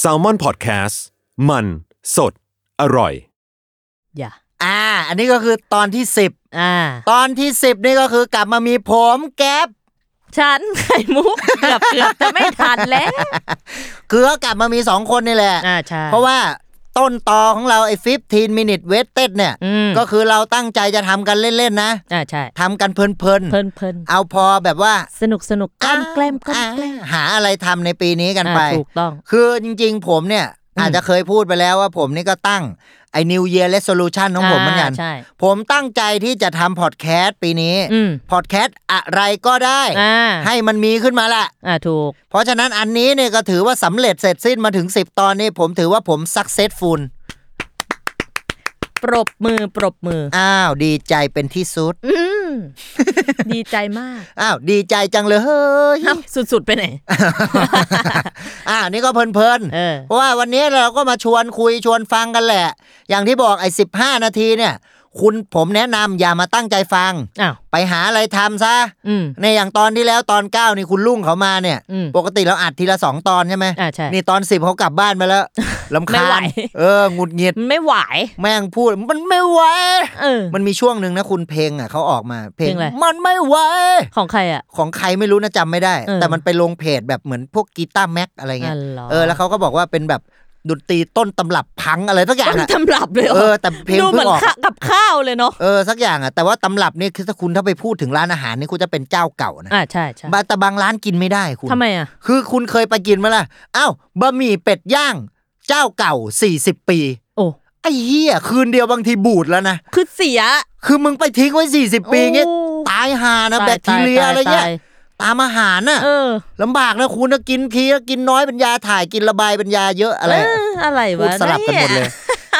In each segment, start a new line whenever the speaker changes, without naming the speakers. แซลมอนพอดแคสต์มันสดอร่อย
อย่า
อ่า อันนี้ก็คือตอนที่สิบ
อ่า
ตอนที่สิบนี่ก็คือกลับมามีผมแก๊ป
ฉันไข่มุก เกือบเกือบจะไม่ทันแล้ว
คือก็กลับมามีสองคนนี่แหละ
อ่าใช่
เพราะว่าต้นตอของเราไอ้15 minute wasted เนี่ย
อืม
ก็คือเราตั้งใจจะทำกันเล่น ๆ นะ
อ่าใช่
ทำกันเพลิน
เพลินเพลิน
ๆ เอาพอแบบว่า
สนุกสนุกกล้ามแกล้มกล้า
อ่าม
แกล้ม
หาอะไรทำในปีนี้กันไป
อ่าถูกต้อง
คือจริงๆ ผมเนี่ย อาจจะเคยพูดไปแล้วว่าผมนี่ก็ตั้งไอ้ New Year Resolution ของผมเหมือนกัน
อ่าใช่
ผมตั้งใจที่จะทำพอดแคสต์ปีนี้
อืม
พอดแคสต์อะไรก็ได้
อ่า
ให้มันมีขึ้นมาแหละ
อ่าถูก
เพราะฉะนั้นอันนี้เนี่ยก็ถือว่าสำเร็จเสร็จสิ้นมาถึง 10 ตอนนี่ผมถือว่าผม successful
ปรบมือปรบมือ
อ้าว ดีใจเป็นที่สุด
อืมดีใจมาก
อ้าว ดีใจจังเลยเฮ้ย
เอ้าสุดๆไปไหน
อ้าวนี่ก็เพลิน
เออ
เพราะว่าวันนี้เราก็มาชวนคุยชวนฟังกันแหละ อย่างที่บอกไอ้สินาทีเนี่ย คุณผมแนะนำอย่ามาตั้งใจฟัง
อ้าว
ไปหาอะไรทำซะ
อืม
ในอย่างตอนที่แล้วตอน 9 นี่คุณลุงเขามาเนี่ย
อืม
ปกติเราอัดทีละ 2 ตอนใช่ไหม
อ่าใช่
นี่ตอน 10เขากลับบ้านไปแล้ว ลำ
ไม่
คา
ไหว
ญเออหงุดหงิด
มันไม่ไหว
แม่งพูดมันไม่ไหว
เออ
มันมีช่วงหนึ่งนะคุณเพลงอ่ะเขาออกมาเพลง
เพลงอะไร
มันไม่ไหว
ของใครอ่ะ
ของใครไม่รู้นะจำไม่ได้
เออ
แต่มันไปลงเพจแบบเหมือนพวกกีตาร์แม็กอะไรเงี้ย
อ๋อเหรอ
เออแล้วเขาก็บอกว่าเป็นแบบดนตรีต้นตำรับพังอะไรสักอย่า
ต้
ง
น
อ่ะ
ตำรับเลยหร
เออแต่เพลง
ดูเหมือน
เพิ่งออก
ข้ากับข้าวเลยเนาะ
เออสักอย่างอ่ะแต่ว่าตำรับนี่คือถ้าคุณถ้าไปพูดถึงร้านอาหารนี่คุณจะเป็นเจ้าเก่านะ
อ่าใช่ใช่
บาแต่บางร้านกินไม่ได้คุณ
ทำไมอ่ะ
คือคุณเคยไปกินไหมล่ะ อ้าวบะหมี่เป็ดย่าง เจ้าเก่า 40 ปี
โอ้
ไอ้เหี้ยคืนเดียวบางทีบูดแล้วนะ
คือเสีย
คือมึงไปทิ้งไว้ 40 ปีเงี้ย
โอ้
ตายหานะ
ตาย
แบคทีเรีย
ตา
อะไรเงี้ย
ตา
ตามอาหารน่ะ
เออ
ลำบากนะคุณนะกินทีนะกินน้อยเป็นยาถ่ายกินระบายเป็นยาเยอะอะไร
เอออะไร
พู
วะ
ดสลับกันหมดเลย
ย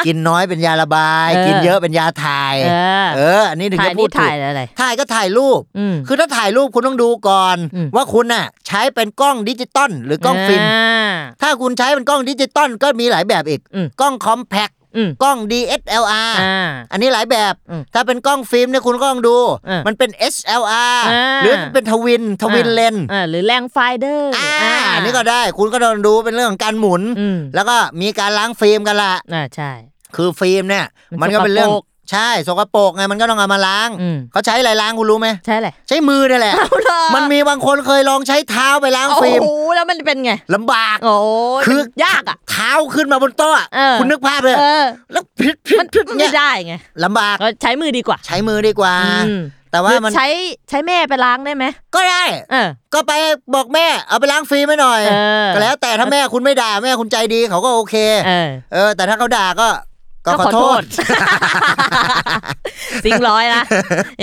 กินน้อยเป็นยาระบาย
เออ
กินเยอะเป็นยาถ่าย
เออ
เออ อันนี้ถึง
ถ่าย
จะพู
นี่
ดถู
ถ่าก ยอะไร
ถ่ายก็ถ่ายรูป
อืม
คือถ้าถ่ายรูปคุณต้องดูก่อน
อืม
ว่าคุณน่ะ ใช้เป็นกล้องดิจิตอลหรือกล้องฟิล์ม
อ่า
ถ้าคุณใช้เป็นกล้องดิจิตอลก็มีหลายแบบอีก
อืม
กล้องคอมแพค
อืม
กล้อง DSLR
อ่า
อันนี้หลายแบบ
อืม
ถ้าเป็นกล้องฟิล์มเนี่ยคุณก็ต้องดู
เออ
มันเป็น HLR
อ่า
หรือเป็นทวินทวินเลน
อ่าหรือแรงไฟเดอร์
อ่าอันนี้ก็ได้ คุณก็ต้องดูเป็นเรื่องของการหมุน
อืม
แล้วก็มีการล้างฟิล์มกันละ
อ่าใช่
คือฟิล์มเนี่ย
มั
มัน
น
ก็เป็นเรื่อ
ส
ง
กปรก
ใช่ สกปรกไง มันก็ต้องเอามาล้าง
อืม
เขาใช้อะไรล้างคุณรู้ไหม
ใช่แหละ
ใช้มือนี่แหละ
เอาเหรอ
มันมีบางคนเคยลองใช้เท้าไปล้าง
โอ้
ฟิล์ม
โหแล้วมันเป็นไง
ลำบาก
โอ้ย
คือ
มันยากอ่ะ
เท้าขึ้นมาบนโต๊ะอะ
เออ
คุณนึกภาพเลย
เออ
แล้วพิดพิ
มั
ด
น
พิดเนี่
ไม่
ย
ได้ไง
ลำบาก
ก็ใช้มือดีกว่า
ใช้มือดีกว่า
อืม
แต่ว่ามัน
หรือใช้ใช้แม่ไปล้างได้ไหม
ก็ได้
เออ
ก็ไปบอกแม่เอาไปล้างฟรีไหมหน่อย
เออ
ก็แล้วแต่ถ้าแม่คุณไม่ด่าแม่คุณใจดีเขาก็โอเค
เออ
เออ แต่ถ้าเขาด่าก็ก็ขอโท ษ
สิงร้อยนะ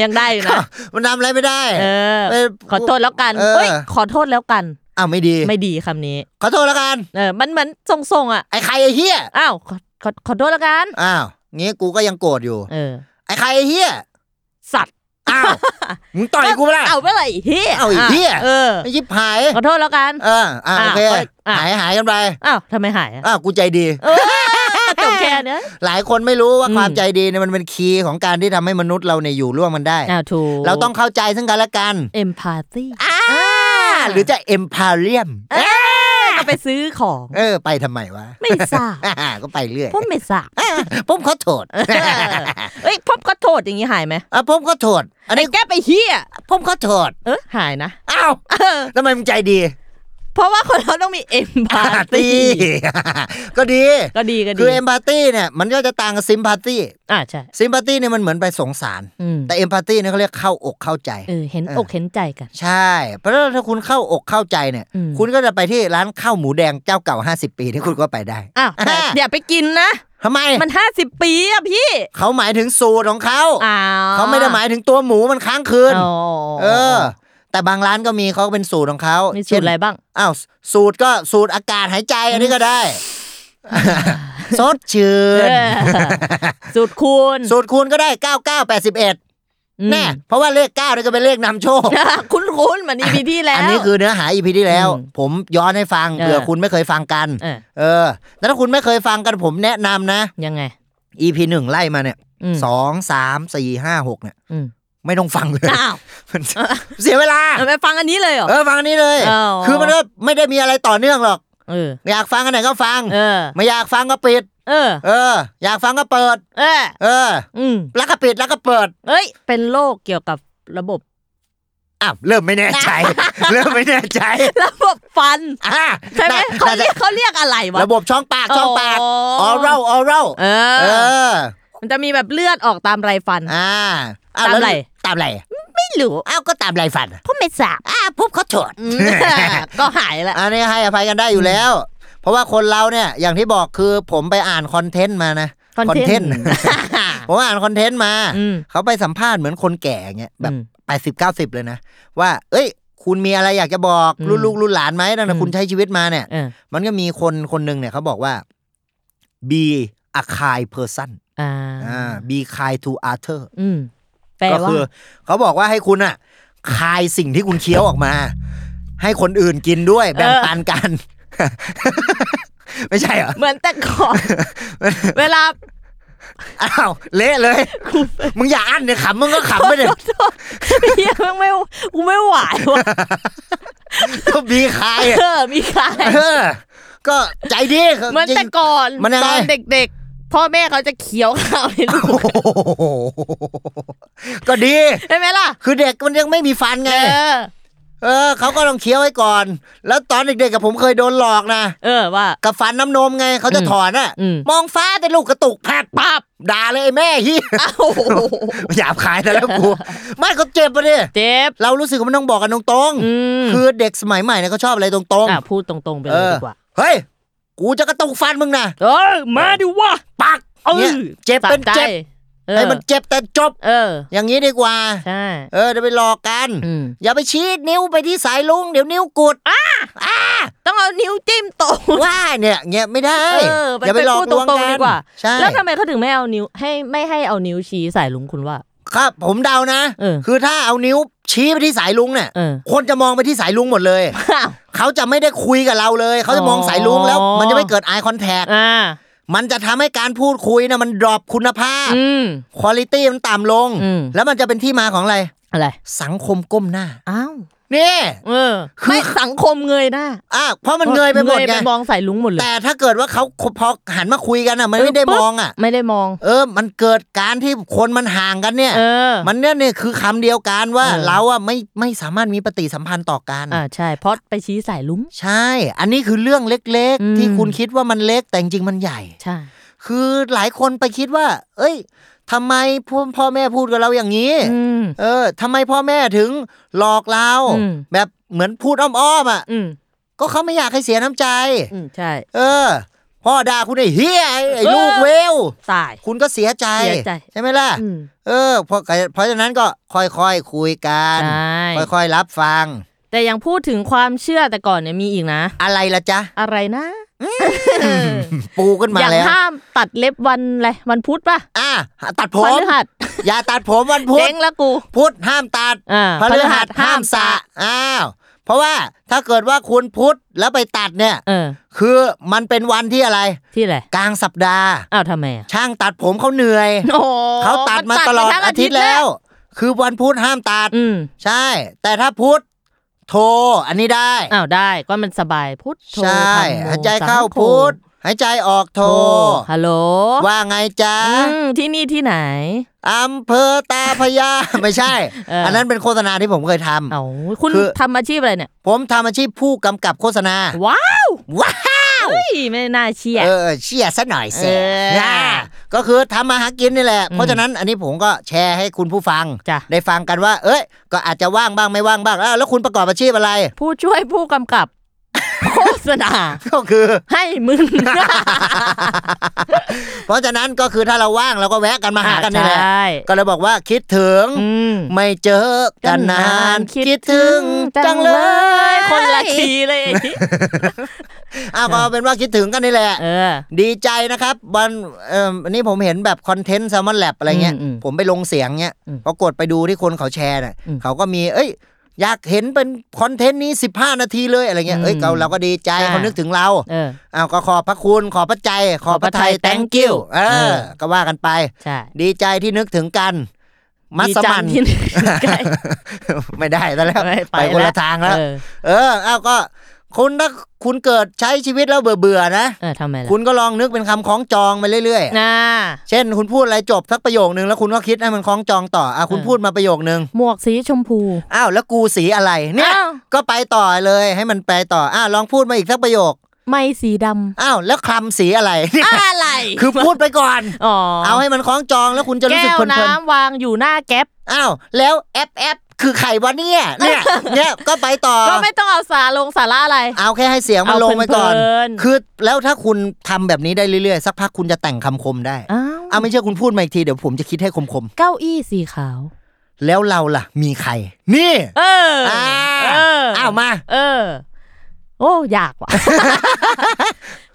ยังได้อยู่นะ
มันทำอะไรไม่ได้
เออ
เออ
ขอโทษแล้วกัน
เออ
เอ้ยขอโทษแล้วกัน
อ้าวไม่ดี
ไม่ดีคำนี้
ขอโทษแล้วกัน
เออ มันเหมือนทรงๆอ่ะ
ไอ้ใครไอ้เฮีย
อ้าวขอขอขอโทษแล้วกัน
อ้าวงี้กูก็ยังโกรธอยู่
เออ
ไอ้ใครไอ้เฮีย
สัตว์
อ้าวมึงต่อยกูไม่ได้
เอาไปเลยเฮีย
เอาอีกเหี้ย
เออ
ไอ้ยิบหาย
ขอโทษแล้วกัน
เอออ่าโอเค
อ้าวก็อ่ะ
หายหายกันไป
อ้าวทำไมหายอ่ะ
อ้าวกูใจดี
เออจบแค่เนี้ย
หลายคนไม่รู้ว่า
อืม
ความใจดีเนี่ยมันเป็นคีย์ของการที่ทำให้มนุษย์เราเนี่ยอยู่ร่วมกันได้
อ้าวถูก
เราต้องเข้าใจซึ่งกันและกัน
เอมพาร์ตี้
หรือจะเอ็มพาเรียม
ก็ไปซื้อของ
เออ ไปทำไมวะ
ไม่ทราบ
ก็ไปเรื่อย
ผมไม่ทราบ
ผมขอโท ษ
เออเอ้ยผมก็โทษอย่างนี้หายไหม
อ่ะผมขอโทษอัน
ไอ้
นี้
แกไปเฮีย
ผมขอโทษ
เออหายนะ
อ้าว
เออ
ทำไมมึงใจดี
เพราะว่าคนเราต้องมีเอมพา
ปาร์
ตี
ตี้ ก็ดี
ก็ดีก็ดี
คือเอมพาร์ตี้เนี่ยมันก็จะต่างกับซิมพาร์ตี้
อ่าใช่
ซิมพาร์ตี้เนี่ยมันเหมือนไปสงสาร
อืม
แต่เอมพาร์ตี้เนี่ยเขาเรียกเข้าอกเข้าใจ
เออเห็น
เออ
อกเห็นใจกัน
ใช่ เพราะฉะนั้นถ้าคุณเข้าอกเข้าใจเนี่ย
อืม
คุณก็จะไปที่ร้านข้าวหมูแดงเจ้าเก่า 50 ปีที่คุณก็ไปได้
อ้าว แต่อย่าไปกินนะ
ทำไม
มันห้าสิบปีอะพี่
เขาหมายถึงสูตรของเขา
อ้าว
เขาไม่ได้หมายถึงตัวหมูมันค้างคืน
อ๋อ
เออ แต่บางร้านก็มีเขาก็เป็นสูตรของเขา
มีสู
เช่
ต
น
รอะไรบ้าง
อ้าวสูตรก็สูตรอากาศหายใจอันนี้ก็ได้ สดชื่น
เออสูตรคูณ
สูตรคูณก็ได้ 9981
อืม
แน่เพราะว่าเลข9นี่ก็เป็นเลขนำโชค
อ่ะ คุณคุณมันอีพีที่แล้ว
อันนี้คือเนื้อหา EP ที่แล้ว
อืม
ผมย้อนให้ฟัง
เออ
เผื่อคุณไม่เคยฟังกัน
เออ
เออแล้วถ้าคุณไม่เคยฟังกันผมแนะนำนะ
ยังไง
EP หนึ่งไล่มาเนี่ย
อืม
สองสามสี่ห้าหกเนี่ย
อืม
ไม่ต้องฟังเลย
อ้าว
มันเสียเวลา
เอาไปฟังอันนี้เลยเหรอ
เออฟังอันนี้เลย
เอา
คือมันก็ไม่ได้มีอะไรต่อเนื่องหรอก
เออ
อยากฟังอันไหนก็ฟัง
เออ
ไม่อยากฟังก็ปิด
เออ
เออ อยากฟังก็เปิด
เออ
เออ
อืม
แล้วก็ปิดแล้วก็เปิด
เอ้ย เป็นโรคเกี่ยวกับระบบ
อ้าวเริ่มไม่แน่ใจ เริ่มไม่แน่ใจ
ระบบฟัน
อ่ะ
ใช่ไหม
น่า
เขา
น่าจะ
เรียกเขาเรียกอะไรวะ
ระบบช่องปากช่องปาก
อ๋อ
ออรัลออรัล
เอ
เอ
อ
อ
มันจะมีแบบเลือดออกตามไรฟัน
อ่าอ้ว
ตามไหล่
ตามไหล
ไม่รู้
อ้าวก็ตามไหลฟัน
เพราะไม่สาบ
อ้าวปุ๊บเขาถอด
อืม ก็หายละ
อันนี้ให้อภัยกันได้อยู่แล้ว เพราะว่าคนเราเนี่ยอย่างที่บอกคือผมไปอ่านคอนเทนต์มานะ ผมอ่านคอนเทนต์มา
อืม
เขาไปสัมภาษณ์เหมือนคนแก่เงี้ยแบ
อืม
บ 80 90 เลยนะ ว่า เอ้ย คุณมีอะไรอยากจะบอก
อืม
ลูกลูกลูกหลานไหมตั้งแต่
อืม
คุณใช้ชีวิตมาเนี่ย
เออ
มันก็มีคนคนหนึ่งเนี่ยเขาบอกว่า be a kind person
อ่า
อ่า be kind to other
อืม แปล
ก็
ว่า
คือเขาบอกว่าให้คุณอะคายสิ่งที่คุณเคี้ยวออกมา ให้คนอื่นกินด้วย แบ่ง
เออ
ปันกัน ไม่ใช่เหรอ
เหมือนแต่ก่อน เวลา
อ้าว เละ เลย มึงอย่าอั้นเนี่ยขำมึงก็ขำไม่ได้
โทษเฮียมึงไม่กูไม่ไหวว่ะ
ก็มีใครอะ
เออมีใคร
เออ ก็ใจดีครับ
เหมือน
จ
แต่
ริง
ก่อน
มันยังไง
ตอนเด็กๆ พ่อแม่เขาจะเคี้ยวข้าวให้ลูก
โอ้โหก็ดี
ใช่ไหมล่ะ
คือเด็กมันยังไม่มีฟันไง
เออ
เออเขาก็ต้องเคี้ยวไว้ก่อน แล้วตอนเด็กๆกับผมเคยโดนหลอกนะ
เออ ว่า
กับฟันน้ำนมไงเขาจะ
อืม
ถอนอ่ะ
อืม
มองฟ้าแต่ลูกกระตุกแผด
ปั๊บ
ด่าเลยไอ้แม่ฮีย
อ้าวโอ้โห
หยาบขายแต่แล้ว กูไม่เขาเจ็บปะเนี่ย
เจ็บ
เรารู้สึกว่ามันต้องบอกกันตรง
อืม
ๆคือเด็กสมัยใหม่เนี่ยเขาชอบอะไรตรง
อ่ะพูดตรงๆไป
ๆ
เลยดีกว่า
เฮ้ยกูจะกระตุกฟันมึงนะ
เออมาดิวะ
ปัก
เออ
เนี่ยเจ็บเป็น
สะใจ
เจ็บ
เออ
ให้มันเจ็บแต่จบ
เออ
อย่างนี้ดีกว่า
ใช่
เออจะไปหลอกกัน
อืม
อย่าไปชี้นิ้วไปที่สายลุง เดี๋ยวนิ้วกุดอ่าอ่า
ต้องเอานิ้วจิ้มตรง
ว่าเนี่ยเงี้ยไม่ได้
เออมัน
อย่าไปหลอกลวง
เป็นพูดตรงๆ
กั
ดี
น
กว่า
ใช่
แล้วทำไมเขาถึงไม่เอานิ้วให้ไม่ให้เอานิ้วชี้ใส่ลุงคุณว่า
ครับ ผมเดานะ
เออ
คือถ้าเอานิ้วชี้ไปที่สายลุงเนี่ย
เออ
คนจะมองไปที่สายลุงหมดเลย
อ้าว
เขาจะไม่ได้คุยกับเราเลย เขาจะมองสายลุงแล้ว
อ๋อ
มันจะไม่เกิด eye contact
อ่า
มันจะทำให้การพูดคุยนะมันดรอปคุณภาพ
อืม
คุณ i t y มันต่ำลง
อืม
แล้วมันจะเป็นที่มาของอะไร
อะไร
สังคมก้มหน้า
อ้าว
นี่
เออ
คือ
ไม่สังคมเงยหน้า
อ่ะเพราะมันเงยไปหมด
เงย
ไง
ไปมองใส่ลุงหมดเลย
แต่ถ้าเกิดว่าเขาพอหันมาคุยกันอ่ะ มันไม่ได้มองอ่ะ
ไม่ได้มอง
เออ มันเกิดการที่คนมันห่างกันเนี่ย
เออ
มันเนี่ยเนี่ยคือคำเดียวกันว่า
เออ
เราอ่ะไม่ไม่สามารถมีปฏิสัมพันธ์ต่อกัน
อ่าใช่เพราะไปชี้ใส่ลุง
ใช่ อันนี้คือเรื่องเล็ก
อืม
ๆ ที่คุณคิดว่ามันเล็กแต่จริงๆมันใหญ่
ใช่
คือหลายคนไปคิดว่า เอ้ยทำไมพ่อพ่อแม่พูดกับเราอย่างนี้
อืม
เออทำไมพ่อแม่ถึงหลอกเรา
อืม
แบบเหมือนพูดอ้อมๆอ่ะ
อืม
ก็เขาไม่อยากให้เสียน้ำใจ
อืมใช่
เออ พ่อด่าคุณไอ้เฮียไอ้ไอ้ลูก
เออ
เวล
ตาย
คุณก็เสียใจ
เสียใจ
ไหมล่ะ
อืม
เออเพราะเพราะฉะนั้นก็ค่อยๆคุยกัน
ใช่
ค่อยๆรับฟัง
แต่ยังพูดถึงความเชื่อแต่ก่อนเนี่ยมีอีกนะ
อะไรล่ะจ๊ะ
อะไรนะ
ปูขึ้น มา
อย่าง
แล้ว
ห้ามตัดเล็บวันอะไรวันพุธป่ะ
อ่ะตัดผ
พ
ม
ฤหัส
อย่าตัดผมวันพุธ
เจ๊งแล้วกู
พุธห้ามตัด
อ่า
พฤหัสห้ามสระอ้าวเพราะว่าถ้าเกิดว่าคุณพุธแล้วไปตัดเนี่ย
เออ
คือมันเป็นวันที่อะไร
ที่อะไร
กลางสัปดาห์
อ้าวทำไมอ่ะ
ช่างตัดผมเขาเหนื่อย
โอ้
เขาตัดมาตลอดอาทิตย์แล้ว คือวันพุธห้ามตัด
อืม
ใช่ แต่ถ้าพุธโทรอันนี้ได้
อ้าวได้ก็มันสบายพุธโท
ใช่
ธัมโม
หายใจเข้า
สังโฆ
พุธ หายใจออกโทร
โอ้ฮัลโหล
ว่าไงจ๊ะ
อืมที่นี่ที่ไหน
อำเภอตาพระยา ไม่ใช่
เอออั
อันนั้นเป็นโฆษณาที่ผมเคยทำ
เอ้าคุณ
คือ
ทำอาชีพอะไรเนี่ย
ผมทำอาชีพผู้กำกับโฆษณา
ว้าว
ว้า
เฮ้ยไม่น่าเชื่อ
เออเชี่ยซะหน่อยเสีย
เออ
นะก็คือทำมาหากินนี่แหละ
อืม
เพราะฉะนั้นอันนี้ผมก็แชร์ให้คุณผู้ฟัง
จ้ะ
ได้ฟังกันว่า เอ้ย ก็อาจจะว่างบ้างไม่ว่างบ้างอ้าวแล้วคุณประกอบอาชีพอะไร
ผู้ช่วยผู้กำกับ โฆษณา
ก็คือ
ให้มึง
เพราะฉะนั้นก็คือถ้าเราว่างเราก็แวะกันมาหากันนี่แหละ
ใช่
ก็เลยบอกว่าคิดถึง
อืม
ไม่เจอกันนานคิดถึงจังเลย
คนละทีเลย
อ้าวก็เอาเป็นว่าคิดถึงกันนี่แหละ
เออ
ดีใจนะครับวันเอ่ออันนี้ผมเห็นแบบคอนเทนต์ s ซ l m o n Lab อะไรเงี้ย
อืมอืม
ผมไปลงเสียงเงี้ย
อืม
พอกดไปดูที่คนเขาแชร์น่ะ
อืม
เขาก็มี เอ้ย อยากเห็นเป็นคอนเทนต์นี้ 15 นาทีเลยอะไรเงี้ยเอ้ย
อืม
เราเราก็ดีใจ
อ่า
เขานึกถึงเรา
เออ
อ้าวก็ขอบพระคุณขอบพระใจ ขอบพระไท
ข
ย
อบพระไทย
thank you เอ
เอ
อ
อ
ก็ว่ากันไป
ใช่
ดีใจที่นึกถึงกันมัสมัน
ดีจังที่ ใกล้
ไม่ได้แล้วแล้ว
ไม่
ไป
ไป
คน
แล้
ละ
ว
ทางแล้ว
เออ
เออเอาก็คุณถ้าคุณเกิดใช้ชีวิตแล้วเบื่อเบื่อๆนะ
เออทำไมล่ะ
คุณก็ลองนึกเป็นคำคล้องจองไปเรื่อยๆอะ
น่า
เช่น คุณพูดอะไรจบสักประโยคนึงแล้วคุณก็คิดให้มันคล้องจองต่ออ่ะคุณ
เออ
พูดมาประโยคนึง
หมวกสีชมพู
อ้าวแล้วกูสีอะไรเนี่ย
อ้าว
ก็ไปต่อเลยให้มันไปต่ออ้าวลองพูดมาอีกสักประโยค
ไม่สีด
อ้าวแล้วคลำสีอะไรเนี่ย
ำอะไร
คือพูดไปก่อน
อ๋อ
เอาให้มันคล้องจองแล้วคุณจะรู้
แก้
สึก
ว
เพลิน
น้ำวางอยู่หน้าแก๊ป
ๆอ้าวแล้วแอปแอปคือใครวะเนี่ยเนี่ยเนี่ยก็ไปต่อ
ก็ไม่ต้องเอาสาลงสาระอะไร
เอาแค่ให้เสียงมัน
เอา
ลงไปก่อน
เพลินๆ
คือแล้วถ้าคุณทำแบบนี้ได้เรื่อยๆ สักพักคุณจะแต่งคำคมได้
อ้าว
เอาไม่เชื่อคุณพูดมาอีกที เดี๋ยวผมจะคิดให้คม
เก้าอี้สีขาว
ๆ แล้วเราล่ะ มีใคร นี่
เออ
อ่า
เออ
อ้าวมา
เออ โอ้อย ากว่ะ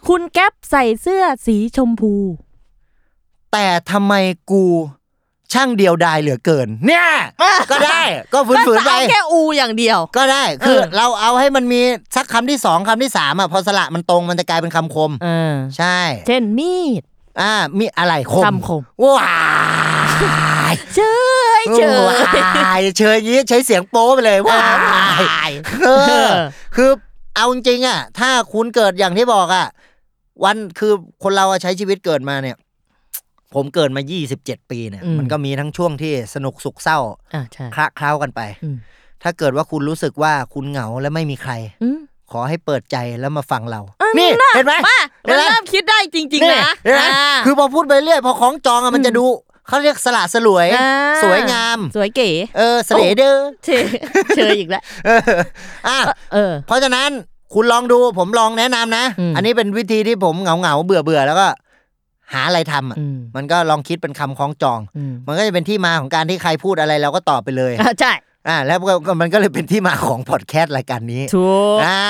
คุณแก๊ปใส่เสื้อสีชมพู
แต่ทำไมกู ช่างเดียวดายเหลือเกิน เนี่ย ก็ได้ก็ฝืนๆไป
ก็เอาแค่อูอย่างเดียว
ก็ได้ คือ
เออ
เราเอาให้มันมีสักคำที่สองคำที่สามอ่ะพอสละมันตรงมันจะกลายเป็นคำคม
เออ
ใช่
เช่นมีด
อ่ามีอะไรคม
คำคม
ว้าย
เชยเชย
ว้ายเชยอยางงี้ใช้เสียงโป๊ไปเลยว้ายเอ
เอ
อ
อ
คือเอาจริงๆอ่ะ ถ้าคุณเกิดอย่างที่บอกอ่ะ วันคือคนเราอะใช้ชีวิตเกิดมาเนี่ย ผมเกิดมา 27 ปีเนี่ย
อืม
มันก็มีทั้งช่วงที่สนุกสุขเศร้า
อ่ะใช่
คละเคล้ากันไป
อืม
ถ้าเกิดว่าคุณรู้สึกว่าคุณเหงาและไม่มีใคร
อืม
ขอให้เปิดใจแล้วมาฟังเรา นี่เห็นไหม
มา
เห็
มัน น
ไหม
เริ่มคิดได้จริง ๆ นะ
เห็ไหม
า
คือพอพูดไปเรื่อยพอของจองอะมันจะดูเขาเรียกสละสลวย
อ่า
สวยงาม
สวยเก๋
เออเสลเดอ
เชยเชยอีกแล้ว
เอออ่ะ
เออ
เพราะฉะนั้นคุณลองดูผมลองแนะนำนะ
อืม
อันนี้เป็นวิธีที่ผมเหงาเหงาๆเบื่อเบื่อแล้วก็ หาอะไรทำอ่ะ
อืม
มันก็ลองคิดเป็นคำคล้องจอง
อืม
มันก็จะเป็นที่มาของการที่ใครพูดอะไรเราก็ตอบไปเลย
อ่ะใช่
อ่าแล้วก็ก็มันก็เลยเป็นที่มาของพอดแคสต์รายการนี้
ถูก
อ่า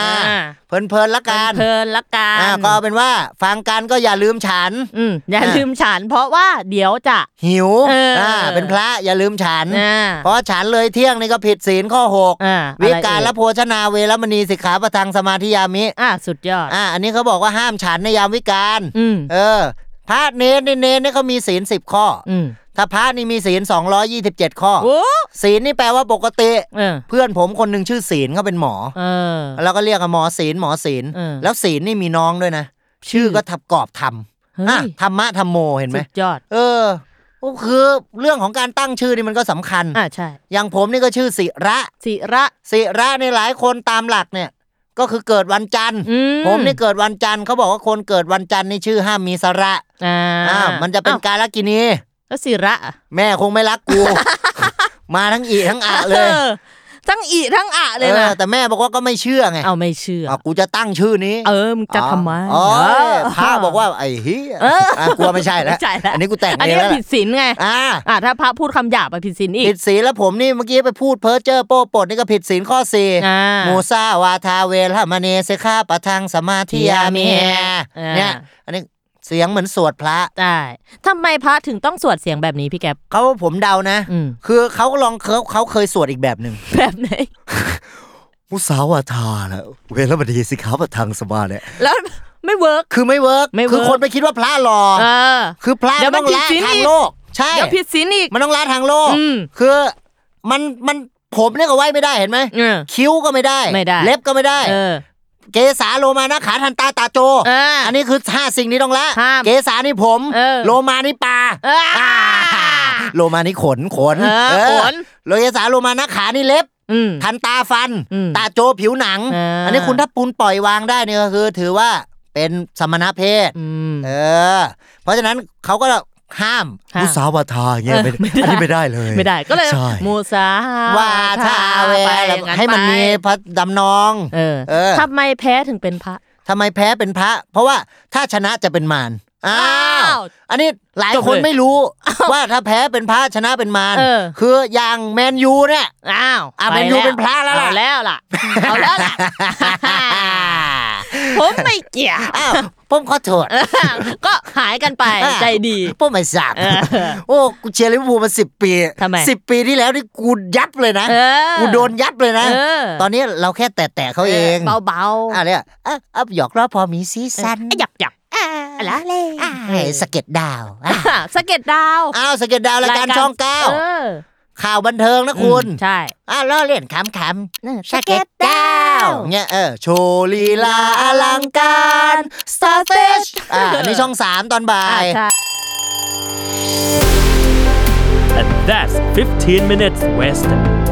เพลินเพลินๆละกัน
เพลินๆละกัน
อ่าก็เอาเป็นว่าฟังกันก็อย่าลืมฉัน
อืมอย่า
อ่ะ
ลืมฉัน เพราะว่าเดี๋ยวจะ
หิว
เอออ่
เป็นพระอย่าลืมฉัน
อ่า
เพราะฉันเลยเที่ยงนี่ก็ผิดศีลข้อหก
อ่า
วิ
อะไร
การ
เอ่ย
ละโภชนาเวรมณีสิกขาประทังสมาธิยามิ
อ่าสุดยอด
อ่า อันนี้เขาบอกว่าห้ามฉันในยามวิการ
อืม
เออ พระเนรนี่เนรนี่เขามีศีลสิบข้ออ
อืม
ถ้าพระนี่มีศีลสองร้อยี่สิบเจ็ดข้อ
โอ้
ศีลนี่แปลว่าปกติ
เออ
เพื่อนผมคนหนึ่งชื่อศีลเขาเป็นหมอ
เออ
แล้วก็เรียกกันหมอศีลหมอศีล
เออ
แล้วศีลนี่มีน้องด้วยนะ ชื่อก็ทับกรอบธรรม
เฮ้
อ่ะ
ย
ธรรมะธรรมโมเห็นไหม
สุดยอด
เออก็คือเรื่องของการตั้งชื่อนี่มันก็สำคัญ
อ่าใช่
อย่างผมนี่ก็ชื่อศิระ
ศิระ
ศิระในหลายคนตามหลักเนี่ย ก็คือเกิดวันจันทร์
อืม
ผมนี่เกิดวันจันทร์เขาบอกว่าคนเกิดวันจันทร์นี่ชื่อห้ามมีสระ
อ่า
อ่ามันจะเป็น
อ้าว
การละกินี
แล้วศิระอะ
แม่คงไม่รักกู มาทั้งอีทั้งอะเล
อย อทั้งอีทั้งอะเลยนะ
ออแต่แม่บอกว่าก็ไม่เชื่อไง
เอาไม่เชื่อ
อ่ะกูจะตั้งชื่อนี้
เออมึงจะทำไม
อ๋อ
เ
เออพระบอกว่าไอ้เฮีย
เอออ่
ะกลัวไม่ใช่แล้ว
ไม่ใช่แล้ว
อันนี้กูแต่ง
อัน
เอ
นี้
ง
ก็
แล้ว
ผิดศีลไง
อ่า
อ่าถ้าพระพูดคำหยาบไปผิดศีลอี
ผิ
ก
ดศีลแล้วผมนี่เมื่อกี้ไปพูดเพ้อเจ้อโป้ปดนี่ก็ผิดศีลข้อสี่
อ่า
มูซาวาทาเวลหมเนเซค่าปะทังสมาธิยามี
อ่า
เนี่ยอันนี้เสียงเหมือนสวดพระ
ได้ทำไมพระถึงต้องสวดเสียงแบบนี้พี่แก๊ป
เขาผมเดานะ
อืม
คือเขาลองเขาเขาเคยสวดอีกแบบหนึ่ง
แบบไหน
มุสาวาทาแล้วเวรบดีสิขาประทังสมาเนี่ย
แล้วไม่เวิร์ก
คือไม่เวิร์ก
ไม่เวิร์ก
คือคนไปคิดว่าพระหล่อ
เออ
คือพระ
เดี๋ยวมั
ต้
น
องละ
ผิดศีล
ทา
อี
ง
ก
โลก ใช่
เดี๋ยวผิดศีลอีก
มันต้องละทางโลก
อืม
คือมันมันผมเนี่ยก็ไว้ไม่ได้เห็นไหม
เออ
คิ้วก็ไม่ได้
ไม่ได้
เล็บก็ไม่ได้
เออ
เกษาโลมานะขาทันตาตาโจ
เอออั
อันนี้คือห้าสิ่งนี้ต้องละ
ห้าม
เกษานี่ผม
เออ
โลมานี่ปลา
อ่า
อ่าโลมานี่ขนขน
เออ
เออ
ขน
โลเกษาโลมานะขานี่เล็บ
อืม
ทันตาฟัน
อืม
ตาโจผิวหนัง
อ่า
อันนี้คุณถ้าปูนปล่อยวางได้เนี่ยก็คือ ถือว่าเป็นสมณเพศ
อืม
เออ เพราะฉะนั้นเขาก็ห้าม
ห้าม
มุสาวาทาเงี้ย
เออ
ไม่ได้
ไม่ได้
อันนี้ไม่ได้เลย
ไม่ได้ก็เลย
ใช่
มูสาว
าทาเว
ไป
ล
อย่าง
ให้มัน
ไป
มีพระดำนอง
เออ
เออ
ทำไมแพ้ถึงเป็นพระ
ทำไมแพ้เป็นพระ เพราะว่าถ้าชนะจะเป็นมารอ้า
อ้าว
ว อันนี้หลาย
จบ
คน
เลย
ไม่รู้ว่าถ้าแพ้เป็นพระชนะเป็นมาร
เออ
คืออย่างแมนยูเนี่ย
อ้าว
อ่ะ
ไ
แมนยูเป็นพระแล้วล่ะ
เอาแล้ว ล่ะเอาแล้วล่ะ ผมไม่เกี่ยว
อ้าวผมขอโทษ
ก็หายกันไป
อ่า
ใจดี
ผมไม่สัก
เออ
โอ้กูเชียร์ลิเวอร์พูลมาสิบปี
ทำไม
สิบปีที่แล้วนี่กูยับเลยนะ
เออ
กูโดนยับเลยนะ
เออ
ตอนนี้เราแค่แตะๆเขาเอง
เบาๆ
อะไรอ่ะอ่ะอัพหยอกล้อพอมีซีซัน
เอ้ยหยับหยับ
อ่า
อะไรเลย
อ่าสะเก็ดดาวอ่ะ
สะเก็ตดาว
อ้าวสะเก็ดดาวรายการช่องเก้า
ออ
ข่าวบันเทิงนะคุณ
อืมใช่
อ้าวล้อเล่นขำ
เออ
ๆสเก็ตดาวเนี่ยเออ โชว์ลีลาอลังการสเตจอ่าอันนี่ช่องสามตอนบ่า
อ่าย ใช่
And that's 15 minutes west.